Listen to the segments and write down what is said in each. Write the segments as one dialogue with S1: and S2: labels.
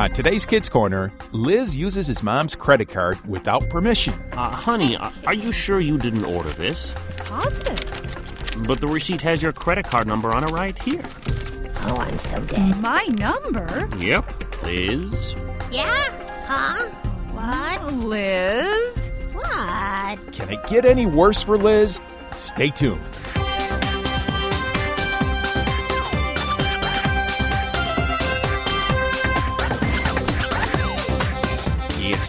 S1: On today's Kids Corner, Liz uses his mom's credit card without permission.
S2: Uh, honey, a- are you sure you didn't order this?
S3: Positive.
S2: But the receipt has your credit card number on it right here.
S4: Oh, I'm so dead.
S3: My number?
S2: Yep. Liz?
S4: Yeah? Huh? What?
S3: Liz?
S4: What?
S1: Can it get any worse for Liz? Stay tuned. It's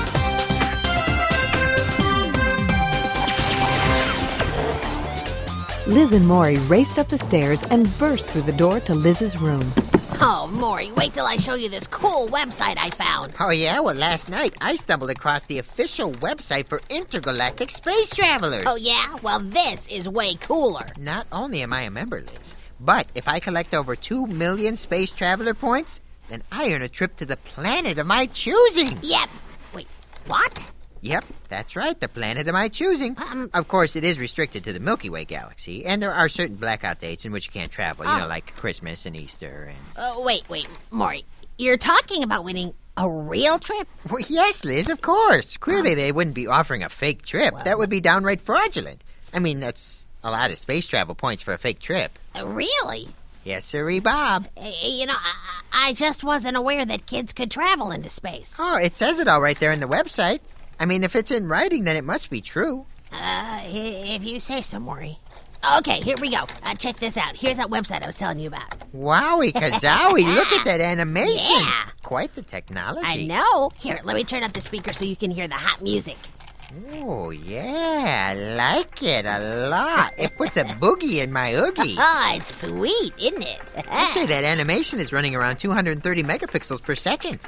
S5: Liz and Maury raced up the stairs and burst through the door to Liz's room.
S4: Oh, Maury, wait till I show you this cool website I found.
S6: Oh, yeah? Well, last night I stumbled across the official website for intergalactic space travelers.
S4: Oh, yeah? Well, this is way cooler.
S6: Not only am I a member, Liz, but if I collect over 2 million space traveler points, then I earn a trip to the planet of my choosing.
S4: Yep. Wait, what?
S6: Yep, that's right, the planet of my choosing.
S4: Um,
S6: of course, it is restricted to the Milky Way galaxy, and there are certain blackout dates in which you can't travel,
S4: Oh.
S6: you know, like Christmas and Easter and.
S4: Uh, wait, wait, Maury. You're talking about winning a real trip?
S6: Well, yes, Liz, of course. Clearly, they wouldn't be offering a fake trip. that would be downright fraudulent. I mean, that's a lot of space travel points for a fake trip.
S4: Uh, really?
S6: Yes, sirree, Bob.
S4: Uh, you know, I, I just wasn't aware that kids could travel into space.
S6: Oh, it says it all right there in the website. I mean, if it's in writing, then it must be true.
S4: Uh, i- if you say so, Maury. Okay, here we go. Uh, check this out. Here's that website I was telling you about.
S6: Wowie, kazowie, look at that animation.
S4: Yeah.
S6: Quite the technology.
S4: I know. Here, let me turn up the speaker so you can hear the hot music.
S6: Oh, yeah, I like it a lot. It puts a boogie in my oogie.
S4: Oh, it's sweet, isn't it?
S6: I say that animation is running around 230 megapixels per second.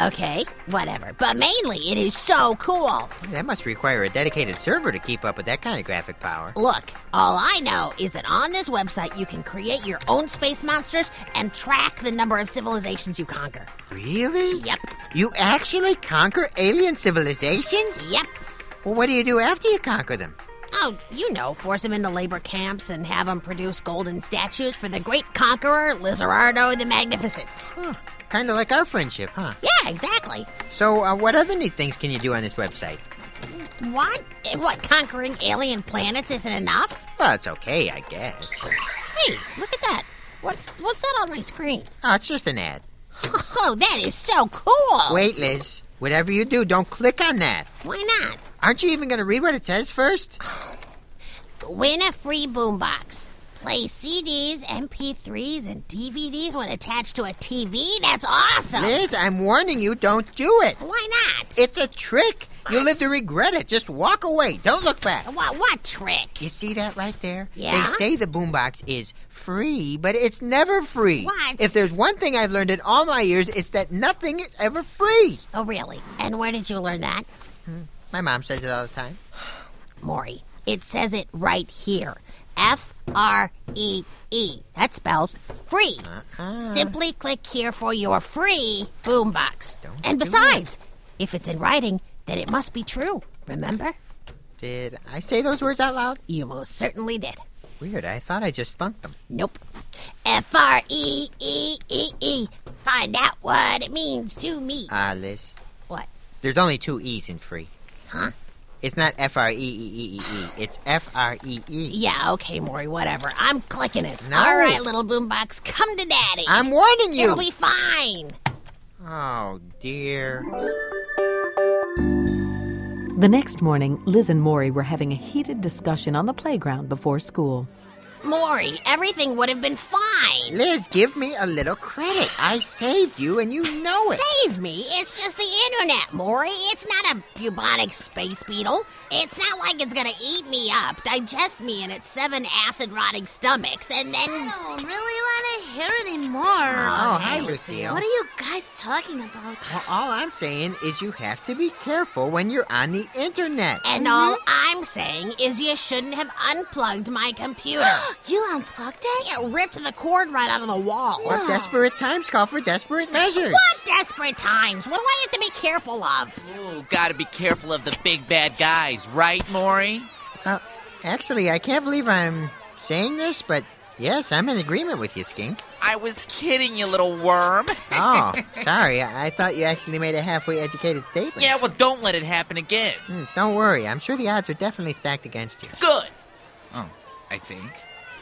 S4: okay, whatever. But mainly, it is so cool.
S6: That must require a dedicated server to keep up with that kind of graphic power.
S4: Look, all I know is that on this website you can create your own space monsters and track the number of civilizations you conquer.
S6: Really?
S4: Yep,
S6: You actually conquer alien civilizations?
S4: yep.
S6: Well, what do you do after you conquer them?
S4: Oh, you know, force them into labor camps and have them produce golden statues for the great conqueror, Lizardo the Magnificent.
S6: Huh. Kind of like our friendship, huh?
S4: Yeah, exactly.
S6: So, uh, what other neat things can you do on this website?
S4: What? Eh, What, conquering alien planets isn't enough?
S6: Well, it's okay, I guess.
S4: Hey, look at that. What's what's that on my screen?
S6: Oh, it's just an ad.
S4: Oh, that is so cool.
S6: Wait, Liz. Whatever you do, don't click on that.
S4: Why not?
S6: Aren't you even going to read what it says first?
S4: Win a free boombox. Play CDs, MP3s, and DVDs when attached to a TV? That's awesome!
S6: Liz, I'm warning you, don't do it.
S4: Why not?
S6: It's a trick. You'll live to regret it. Just walk away. Don't look back.
S4: what, what trick?
S6: You see that right there?
S4: Yeah?
S6: They say the boombox is free, but it's never free.
S4: What?
S6: If there's one thing I've learned in all my years, it's that nothing is ever free.
S4: Oh, really? And where did you learn that?
S6: My mom says it all the time.
S4: Maury, it says it right here F R E E. That spells free.
S6: Uh-uh.
S4: Simply click here for your free boombox.
S6: Don't
S4: And
S6: do
S4: besides, if it's in writing, then it must be true. Remember?
S6: Did I say those words out loud?
S4: You most certainly did.
S6: Weird. I thought I just thunked them.
S4: Nope. F R E E E E. Find out what it means to me.
S6: Ah, Liz.
S4: what?
S6: There's only two E's in free. Huh? It's not F R E E E E E. It's F R E E.
S4: Yeah, okay, Maury, whatever. I'm clicking it.
S6: No. Uh,
S4: All right, little boombox, come to daddy.
S6: I'm warning you.
S4: It'll be fine.
S6: Oh, dear.
S5: The next morning, Liz and Maury were having a heated discussion on the playground before school.
S4: Maury, everything would have been fine.
S6: Liz, give me a little credit. I saved you, and you know it.
S4: Save me. It's just the internet, Maury. It's not a bubonic space beetle. It's not like it's gonna eat me up, digest me in its seven acid rotting stomachs, and then.
S7: I don't really want to here anymore.
S6: Oh, hi, Lucille.
S7: What are you guys talking about?
S6: Well, all I'm saying is you have to be careful when you're on the internet.
S4: And
S7: Mm-hmm.
S4: all I'm saying is you shouldn't have unplugged my computer.
S7: You unplugged it?
S4: it ripped the cord right out of the wall.
S6: What desperate times call for desperate measures.
S4: What desperate times? What do I have to be careful of?
S8: Oh, gotta be careful of the big bad guys, right, Maury?
S6: Uh, actually, I can't believe I'm saying this, but yes, I'm in agreement with you, Skink.
S8: I was kidding, you little worm.
S6: Oh, sorry. I-, I thought you actually made a halfway educated statement.
S8: Yeah, well, don't let it happen again.
S6: Hmm, Don't worry. I'm sure the odds are definitely stacked against you.
S8: Good. Oh, I think.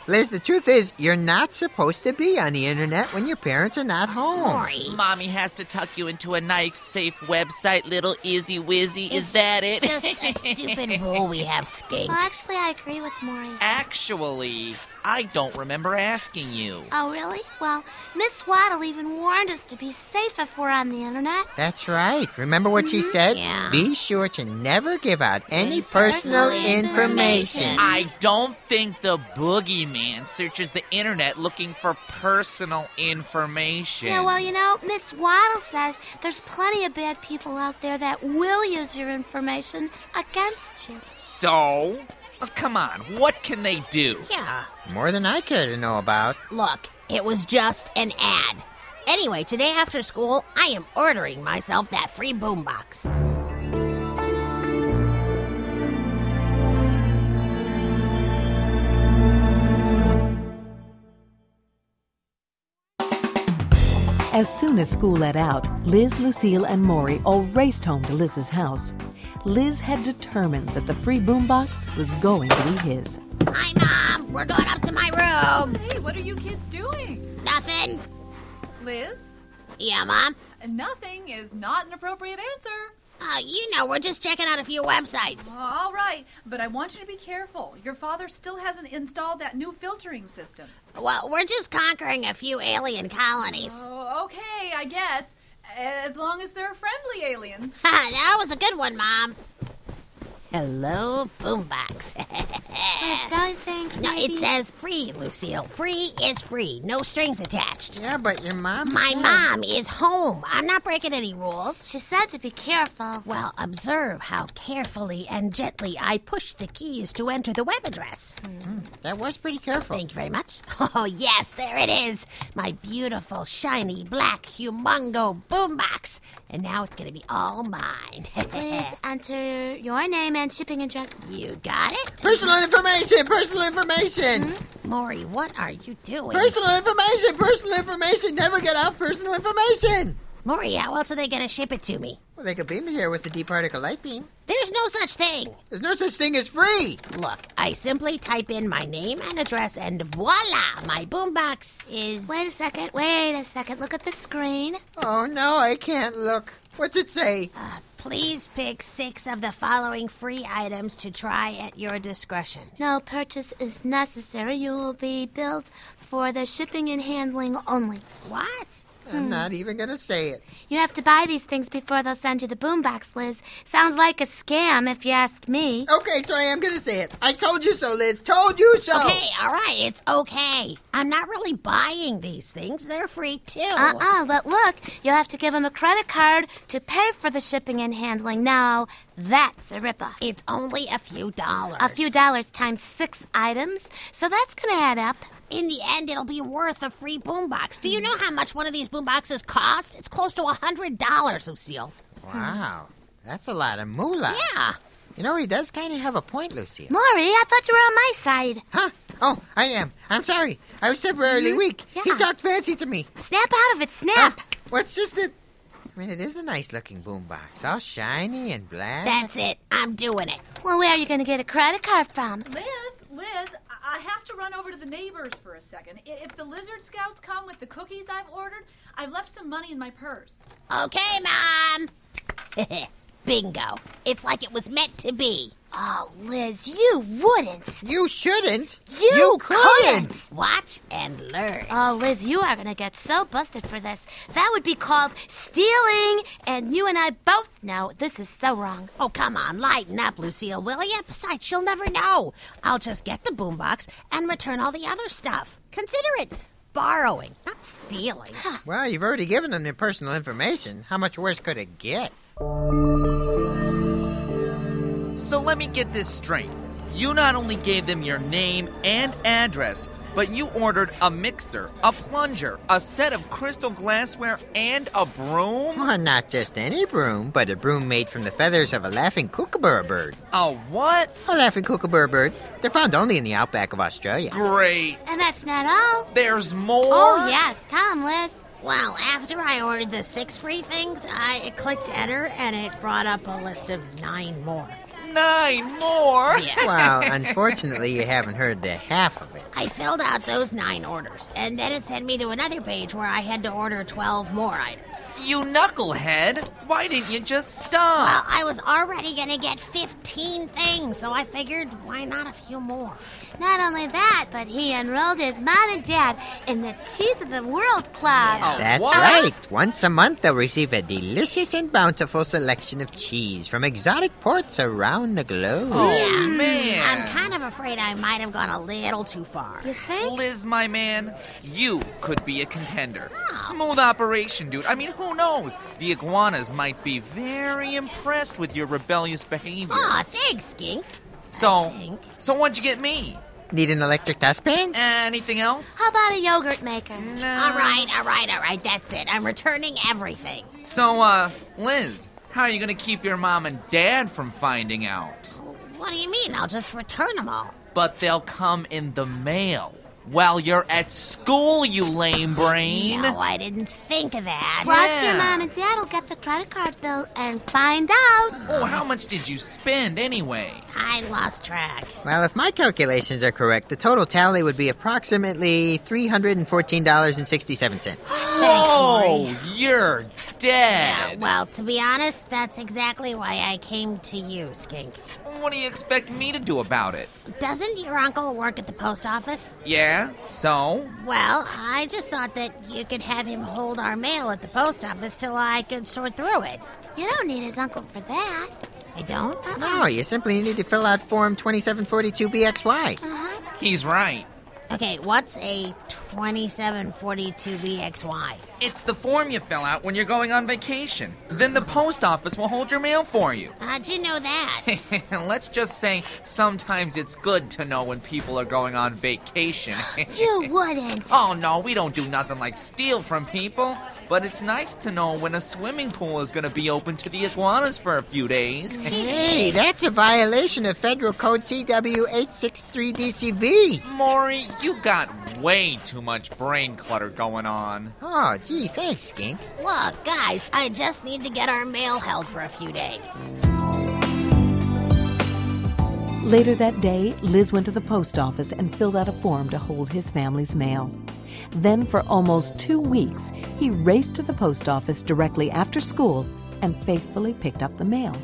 S6: Liz, the truth is, you're not supposed to be on the internet when your parents are not home.
S4: Sorry.
S8: Mommy has to tuck you into a knife safe website, little Izzy Wizzy. Is that it?
S4: Just a stupid rule we have, Skink.
S7: Well, actually, I agree with Maury.
S8: Actually, I don't remember asking you.
S7: Oh, really? Well, Miss Waddle even warned us to be safe if we're on the internet.
S6: That's right. Remember what she said?
S4: Mm-hmm. Yeah.
S6: Be sure to never give out any personal information.
S8: I don't think the boogeyman searches the internet looking for personal information.
S7: Yeah, well, you know, Miss Waddle says there's plenty of bad people out there that will use your information against you.
S8: so, Oh, come on, what can they do?
S4: Yeah.
S6: More than I care to know about.
S4: Look, it was just an ad. Anyway, today after school, I am ordering myself that free boombox.
S5: As soon as school let out, Liz, Lucille, and Maury all raced home to Liz's house. Liz had determined that the free boombox was going to be his.
S4: Hi, Mom. We're going up to my room.
S3: Hey, what are you kids doing?
S4: Nothing.
S3: Liz,
S4: Yeah, Mom.
S3: nothing is not an appropriate answer.
S4: Oh, you know, we're just checking out a few websites.
S3: All right, but I want you to be careful. Your father still hasn't installed that new filtering system.
S4: Well, we're just conquering a few alien colonies.
S3: Oh, okay, I guess. As long as they're friendly aliens.
S4: Ha, that was a good one, Mom. Hello, boombox.
S7: Liz, don't you think
S4: no,
S7: maybe...
S4: it says free, Lucille. Free is free. No strings attached.
S6: Yeah, but your mom.
S4: My
S6: said-
S4: mom is home. I'm not breaking any rules.
S7: She said to be careful.
S4: Well, observe how carefully and gently I push the keys to enter the web address.
S6: Hmm. That was pretty careful.
S4: Thank you very much. Oh, yes, there it is. My beautiful, shiny, black, humongo boombox. And now it's going to be all mine.
S7: Please enter your name and shipping address.
S4: you got it?
S6: Personal information, personal information,
S4: Hmm? Maury, what are you doing?
S6: personal information, personal information. Never get out personal information.
S4: Maury, how else are they going to ship it to me?
S6: Well, they could beam it here with the deep particle light beam.
S4: There's no such thing.
S6: There's no such thing as free.
S4: Look, I simply type in my name and address, and voila, my boombox is.
S7: Wait a second, wait a second. Look at the screen.
S6: Oh no, I can't look. What's it say?
S4: Please pick six of the following free items to try at your discretion.
S7: No purchase is necessary. You will be billed for the shipping and handling only.
S4: What?
S6: I'm not even gonna say it.
S7: You have to buy these things before they'll send you the boombox, Liz. Sounds like a scam if you ask me.
S6: Okay, so I am gonna say it. I told you so, Liz. Told you so.
S7: Oh.
S4: Okay, all right, it's okay. I'm not really buying these things. They're free too.
S7: Uh-uh, but look, you'll have to give them a credit card to pay for the shipping and handling. Now, that's a ripoff.
S4: It's only a few dollars.
S7: A few dollars times six items, so that's gonna add up.
S4: In the end, it'll be worth a free boombox. Do you know how much one of these boomboxes cost? It's close to a hundred dollars, Lucille.
S7: Hmm.
S4: Ah,
S6: Wow, that's a lot of moolah.
S4: Yeah.
S6: You know he does kind of have a point, Lucia.
S7: Maury, I thought you were on my side.
S6: Huh? Oh, I am. I'm sorry. I was temporarily weak. He
S7: Mm-hmm. Yeah.
S6: talked fancy to me.
S7: Snap out of it, snap!
S6: What's just that? I mean, it is a nice looking boombox, all shiny and black.
S4: That's it. I'm doing it.
S7: Well, where are you gonna get a credit card from?
S3: Liz, Liz, I I have to run over to the neighbors for a second. I- If the Lizard Scouts come with the cookies I've ordered, I've left some money in my purse.
S4: Okay, Mom. Bingo. It's like it was meant to be.
S7: Oh, Liz, you wouldn't.
S6: you shouldn't.
S7: You couldn't.
S4: Watch and learn.
S7: Oh, Liz, you are gonna get so busted for this. That would be called stealing, and you and I both know this is so wrong.
S4: Oh, come on, lighten up, Lucille, will ya? Besides, she'll never know. I'll just get the boombox and return all the other stuff. Consider it borrowing, not stealing.
S6: Well, you've already given them their personal information. How much worse could it get?
S8: So let me get this straight. You not only gave them your name and address, but you ordered a mixer, a plunger, a set of crystal glassware, and a broom?
S6: Well, not just any broom, but a broom made from the feathers of a laughing kookaburra bird.
S8: A what?
S6: A laughing kookaburra bird. They're found only in the outback of Australia.
S8: Great.
S7: And that's not all.
S8: There's more?
S7: Oh, yes, Tom Liz.
S4: Well, after I ordered the six free things, I clicked enter and it brought up a list of nine more.
S8: Nine more?
S6: Well, unfortunately, you haven't heard the half of it.
S4: I filled out those nine orders, and then it sent me to another page where I had to order 12 more items.
S8: You knucklehead. Why didn't you just stop?
S4: Well, I was already gonna get 15 things, so I figured why not a few more?
S7: Not only that, but he enrolled his mom and dad in the Cheese of the World Club.
S8: Oh,
S6: That's
S8: what?
S6: right. Once a month, they'll receive a delicious and bountiful selection of cheese from exotic ports around the globe.
S8: Oh,
S4: Yeah. I'm
S8: man.
S4: kind of afraid I might have gone a little too far.
S7: You think?
S8: Liz, my man, you could be a contender. Smooth operation, dude. I mean, who knows? The iguanas might be very impressed with your rebellious behavior.
S4: Aw, thanks, Skink.
S8: so,
S4: think.
S8: so what'd you get me?
S6: Need an electric dustpan?
S8: Anything else?
S4: Uh,
S7: How about a yogurt maker?
S4: All right, all right, all right, that's it. I'm returning everything.
S8: So, uh, Liz, how are you gonna keep your mom and dad from finding out?
S4: What do you mean? I'll just return them all.
S8: But they'll come in the mail while you're at school, you lame brain.
S4: No, Oh, I didn't think of that.
S7: Plus, your
S8: Yeah.
S7: mom and dad will get the credit card bill and find out.
S8: Oh, how much did you spend anyway?
S4: I lost track.
S6: Well, if my calculations are correct, the total tally would be approximately
S8: Ah.
S6: $314.67.
S8: Oh, you're
S4: Uh,
S8: dead.
S4: well, to be honest, that's exactly why I came to you, Skink.
S8: What do you expect me to do about it?
S4: Doesn't your uncle work at the post office?
S8: Yeah? So?
S4: Well, I just thought that you could have him hold our mail at the post office till I could sort through it.
S7: You don't need his uncle for that. Uh-uh.
S4: I don't?
S6: No, Oh, you simply need to fill out Form 2742BXY.
S8: He's right.
S4: Okay, what's a 2742BXY?
S8: It's the form you fill out when you're going on vacation. Then the post office will hold your mail for you.
S4: How'd you know that?
S8: Let's just say sometimes it's good to know when people are going on vacation.
S7: You wouldn't.
S8: oh no, we don't do nothing like steal from people. But it's nice to know when a swimming pool is going to be open to the iguanas for a few days.
S6: Hey, that's a violation of Federal Code CW 863DCV.
S8: Maury, you got way too much brain clutter going on.
S6: Oh, gee, thanks, Skink.
S4: Look, guys, I just need to get our mail held for a few days.
S5: Later that day, Liz went to the post office and filled out a form to hold his family's mail. Then, for almost two weeks, he raced to the post office directly after school and faithfully picked up the mail.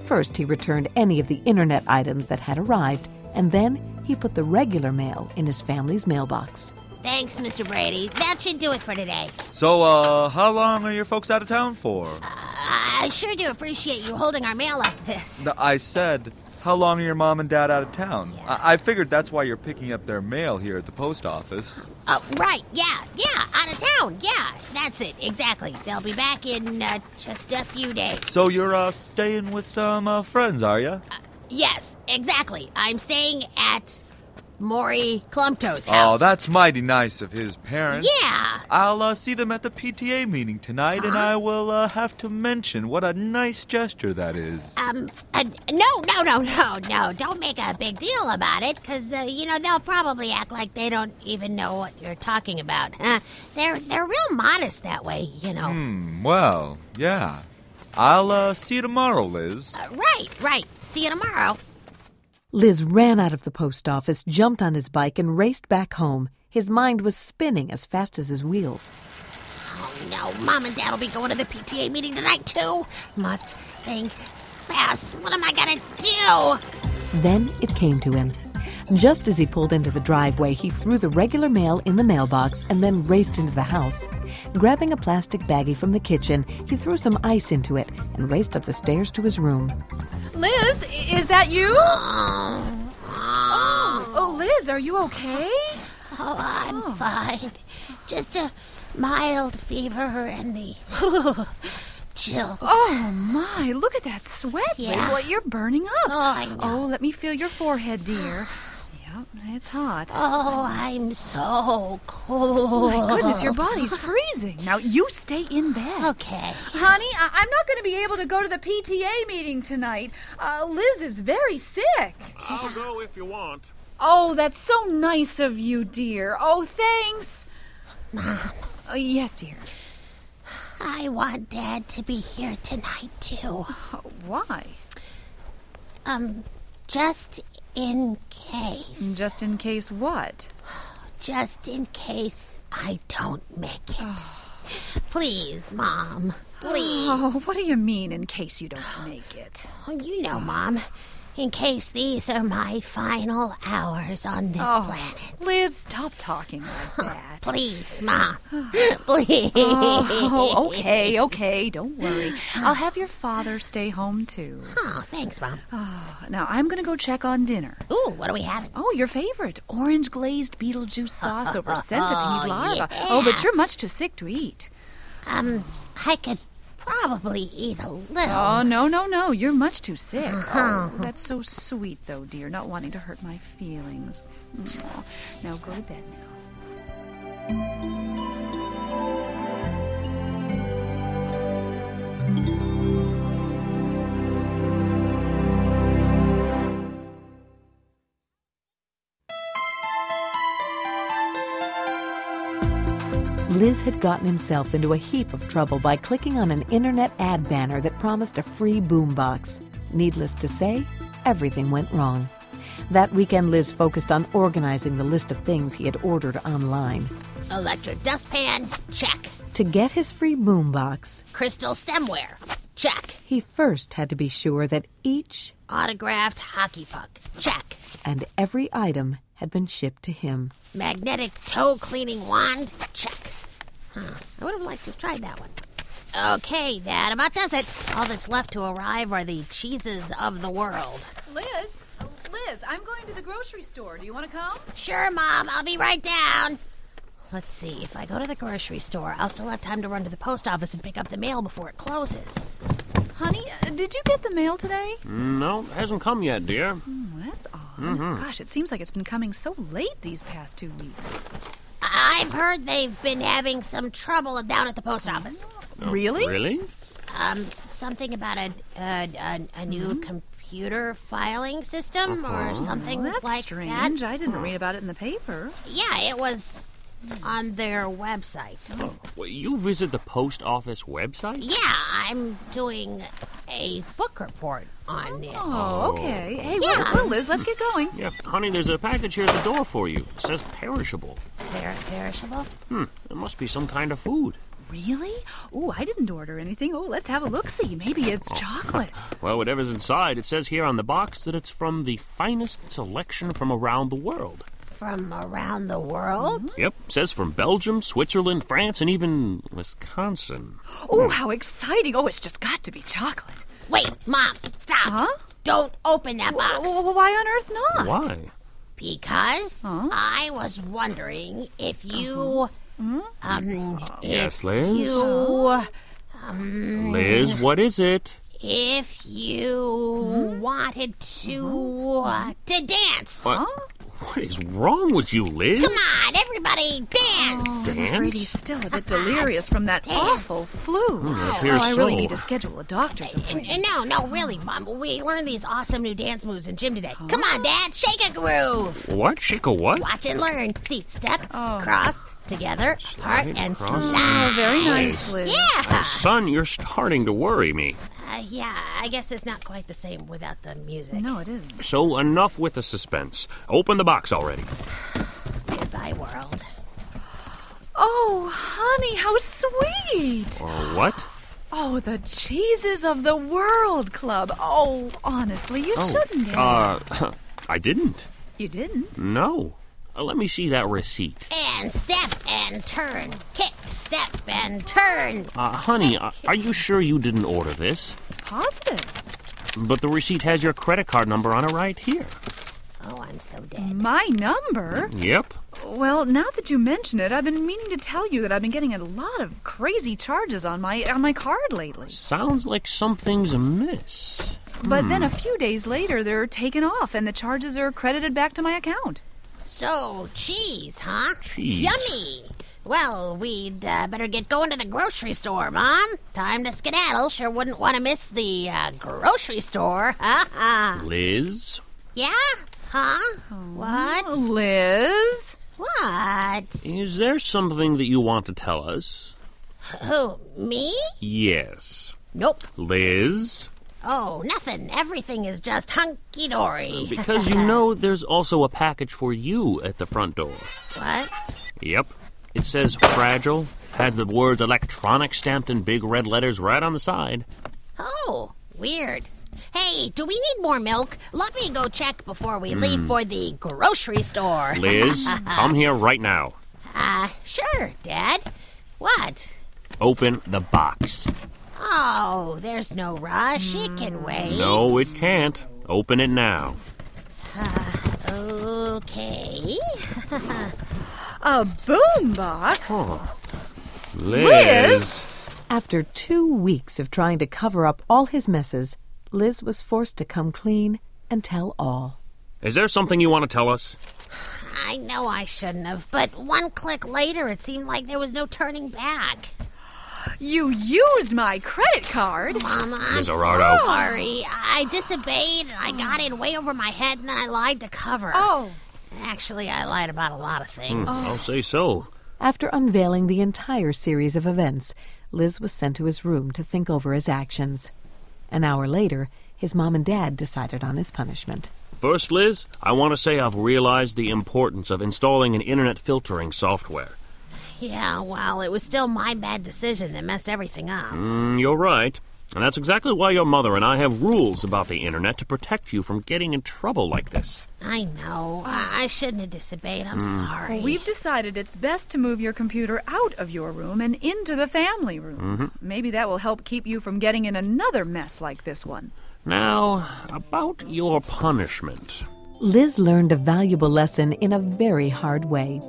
S5: First, he returned any of the internet items that had arrived, and then he put the regular mail in his family's mailbox.
S4: Thanks, Mr. Brady. That should do it for today.
S8: So, uh, how long are your folks out of town for?
S4: I sure do appreciate you holding our mail like this.
S9: I said, how long are your mom and dad out of town? I-, I figured that's why you're picking up their mail here at the post office.
S4: Oh, right. Yeah. Yeah. Out of town. Yeah. That's it. Exactly. They'll be back in uh, just a few days.
S9: So you're uh, staying with some uh, friends, are you?
S4: Yes. Exactly. I'm staying at Maury Clumpto's house.
S9: Oh, that's mighty nice of his parents.
S4: Yeah.
S9: I'll uh, see them at the PTA meeting tonight, and
S4: Uh-huh.
S9: I will uh, have to mention what a nice gesture that is.
S4: Um. Uh, no. No. No. No. No. Don't make a big deal about it, because uh, you know they'll probably act like they don't even know what you're talking about. Huh? They're they're real modest that way. You know.
S9: well, yeah. I'll uh, see you tomorrow, Liz.
S4: Uh, right. Right. See you tomorrow.
S5: Liz ran out of the post office, jumped on his bike, and raced back home. His mind was spinning as fast as his wheels.
S4: Oh no, Mom and Dad will be going to the PTA meeting tonight too. Must think fast. What am I gonna do?
S5: Then it came to him. Just as he pulled into the driveway, he threw the regular mail in the mailbox and then raced into the house. Grabbing a plastic baggie from the kitchen, he threw some ice into it and raced up the stairs to his room.
S10: Liz, i- is that you?
S4: Oh,
S10: Oh, Liz, are you okay?
S4: I'm fine. Just a mild fever and the chills.
S3: Oh my, look at that sweat, Liz.
S4: Yeah.
S3: What you're burning up.
S4: Oh, I know.
S3: Oh, let me feel your forehead, dear. yep, it's hot.
S4: Oh, I'm so cold.
S10: Oh.
S3: My goodness, your body's freezing. Now you stay in bed.
S4: Okay.
S10: Honey, I- I'm not going to be able to go to the PTA meeting tonight. Uh, Liz is very sick.
S2: I'll go if you want.
S10: Oh, that's so nice of you, dear. Oh, thanks.
S3: Uh, yes, dear.
S4: I want Dad to be here tonight, too.
S3: Why?
S4: Um, just in case.
S3: Just in case what?
S4: Just in case I don't make it. Please, Mom. Please.
S3: Oh, what do you mean in case you don't make it?
S4: Oh, you know, Mom. In case these are my final hours on this planet.
S3: Liz, stop talking like that.
S4: Please, Mom. Ah. Please.
S3: Oh, okay, okay, don't worry. I'll have your father stay home too.
S4: Oh, thanks, Mom.
S3: Now I'm gonna go check on dinner.
S4: Ooh, what do we have?
S3: Oh, your favorite orange glazed Beetlejuice sauce over centipede larva. Oh, but you're much too sick to eat.
S4: Um, I could probably eat a little.
S3: Oh, no, no, no. You're much too sick. Oh, that's so sweet, though, dear, not wanting to hurt my feelings. Mwah. Now go to bed now.
S5: Liz had gotten himself into a heap of trouble by clicking on an internet ad banner that promised a free boombox. Needless to say, everything went wrong. That weekend, Liz focused on organizing the list of things he had ordered online.
S4: Electric dustpan, check.
S5: To get his free boombox,
S4: Crystal stemware, check.
S5: he first had to be sure that each
S4: Autographed hockey puck, check.
S5: and every item had been shipped to him.
S4: Magnetic toe cleaning wand, check. Huh, I would have liked to have tried that one. Okay, that about does it. All that's left to Oh. arrive are the cheeses of the world.
S10: Liz, Liz, I'm going to the grocery store. Do you want to come?
S4: Sure, Mom, I'll be right down. Let's see, if I go to the grocery store, I'll still have time to run to the post office and pick up the mail before it closes.
S3: Honey, uh, did you get the mail today?
S2: No, hasn't come yet, dear.
S3: Well, that's odd. Gosh, it seems like it's been coming so late these past two weeks.
S4: I've heard they've been having some trouble down at the post office.
S3: really?
S2: Really?
S4: Um, s- something about a a, a, a new
S3: Mm-hmm.
S4: computer filing system or something
S3: Well, Oh, that's
S4: like
S3: strange.
S4: that.
S3: I didn't read about it in the paper.
S4: Yeah, it was on their website.
S2: Oh, well, you visit the post office website?
S4: Yeah, I'm doing a book report on it.
S3: Oh, okay. Hey,
S4: Yeah.
S3: well, well, Liz, let's get going.
S2: Yeah, honey, there's a package here at the door for you. It says perishable.
S4: Per- perishable.
S2: Hmm, it must be some kind of food.
S3: Really? Oh, I didn't order anything. Oh, let's have a look see. Maybe it's chocolate.
S2: Well, whatever's inside, it says here on the box that it's from the finest selection from around the world.
S4: From around the world?
S2: Yep, says from Belgium, Switzerland, France, and even Wisconsin.
S3: Oh, how exciting. Oh, it's just got to be chocolate.
S4: Wait, Mom, stop.
S3: Mm-hmm. Huh?
S4: Don't open that box.
S3: Well, why on earth not?
S2: Why?
S4: Because I was wondering if you.
S3: Uh-huh.
S4: Um,
S3: Mm-hmm.
S4: if
S2: Yes, Liz?
S4: you.
S3: um,
S2: Liz, what is it?
S4: If you
S3: Mm-hmm.
S4: wanted to. Uh, to dance.
S2: What? What is wrong with you, Liz?
S4: Come on, everybody, dance!
S2: Dance?
S3: I'm afraid he's still a bit delirious from that awful flu. Oh,
S2: Hmm, appears
S3: I really
S2: so.
S3: need to schedule a doctor's
S4: And-
S3: appointment.
S4: and no, no, really, Mom. We learned these awesome new dance moves in gym today. Come on, Dad, shake a groove.
S2: What? Shake a what?
S4: Watch and learn. See, step, cross, together, apart,
S2: Slide,
S4: and
S2: cross.
S4: slide.
S3: Very nice, Liz.
S4: Yeah.
S2: Son, you're starting to worry me.
S4: Uh, yeah, I guess it's not quite the same without the music.
S3: No, it isn't.
S2: So enough with the suspense. Open the box already.
S4: Goodbye, world.
S3: Oh, honey, how sweet.
S2: Or what?
S3: Oh, the cheeses of the world club. Oh, honestly, you shouldn't have.
S2: Uh, I didn't.
S3: you didn't.
S2: No. Uh, let me see that receipt.
S4: And step and turn. Kick, step and turn.
S2: Uh, honey, uh, are you sure you didn't order this?
S3: Positive.
S2: But the receipt has your credit card number on it right here.
S4: Oh, I'm so dead.
S10: My number?
S2: Yep.
S10: Well, now that you mention it, I've been meaning to tell you that I've been getting a lot of crazy charges on my on my card lately.
S2: Sounds like something's amiss.
S10: But then
S2: Hmm.
S10: a few days later, they're taken off and the charges are credited back to my account.
S4: So, cheese, huh?
S10: Cheese.
S4: Yummy! Well, we'd uh, better get going to the grocery store, Mom. Time to skedaddle. Sure wouldn't want to miss the uh, grocery store. Ha ha.
S2: Liz?
S4: Yeah? Huh? What?
S10: Liz?
S4: What?
S2: Is there something that you want to tell us?
S4: Who? Me?
S2: Yes.
S4: Nope.
S2: Liz?
S4: Oh, nothing. Everything is just hunky dory.
S2: Because you know there's also a package for you at the front door.
S4: What?
S2: Yep. It says fragile, has the words electronic stamped in big red letters right on the side.
S4: Oh, weird. Hey, do we need more milk? Let me go check before we leave
S2: Mm.
S4: for the grocery store.
S2: Liz, come here right now.
S4: Uh, sure, Dad. What?
S2: Open the box.
S4: Oh, there's no rush. It can wait.
S2: No, it can't. Open it now.
S4: Okay.
S10: A boombox?
S5: After two weeks of trying to cover up all his messes, Liz was forced to come clean and tell all.
S2: Is there something you want to tell us?
S4: I know I shouldn't have, but one click later, it seemed like there was no turning back.
S10: You used my credit card?
S4: Mama, I'm
S2: Ms. Arado.
S4: sorry. I disobeyed and I got in way over my head and then I lied to cover.
S10: Oh.
S4: Actually, I lied about a lot of things.
S2: Oh. I'll say so.
S5: After unveiling the entire series of events, Liz was sent to his room to think over his actions. An hour later, his mom and dad decided on his punishment.
S2: First, Liz, I want to say I've realized the importance of installing an internet filtering software.
S4: Yeah, well, it was still my bad decision that messed everything up.
S2: Mm, you're right. And that's exactly why your mother and I have rules about the internet to protect you from getting in trouble like this.
S4: I know. I, I shouldn't have disobeyed. I'm
S2: Mm.
S4: sorry.
S10: Well, we've decided it's best to move your computer out of your room and into the family room.
S2: Mm-hmm.
S10: Maybe that will help keep you from getting in another mess like this one.
S2: Now, about your punishment.
S5: Liz learned a valuable lesson in a very hard way.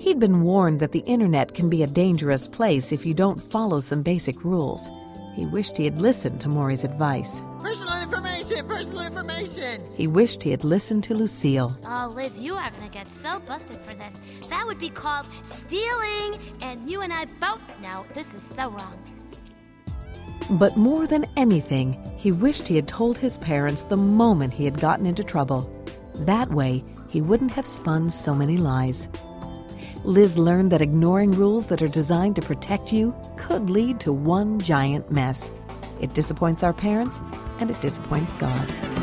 S5: He'd been warned that the internet can be a dangerous place if you don't follow some basic rules. He wished he had listened to Maury's advice.
S6: Personal information, personal information.
S5: He wished he had listened to Lucille.
S7: Oh, Liz, you are gonna get so busted for this. That would be called stealing, and you and I both know this is so wrong.
S5: But more than anything, he wished he had told his parents the moment he had gotten into trouble. That way, he wouldn't have spun so many lies. Liz learned that ignoring rules that are designed to protect you could lead to one giant mess. It disappoints our parents, and it disappoints God.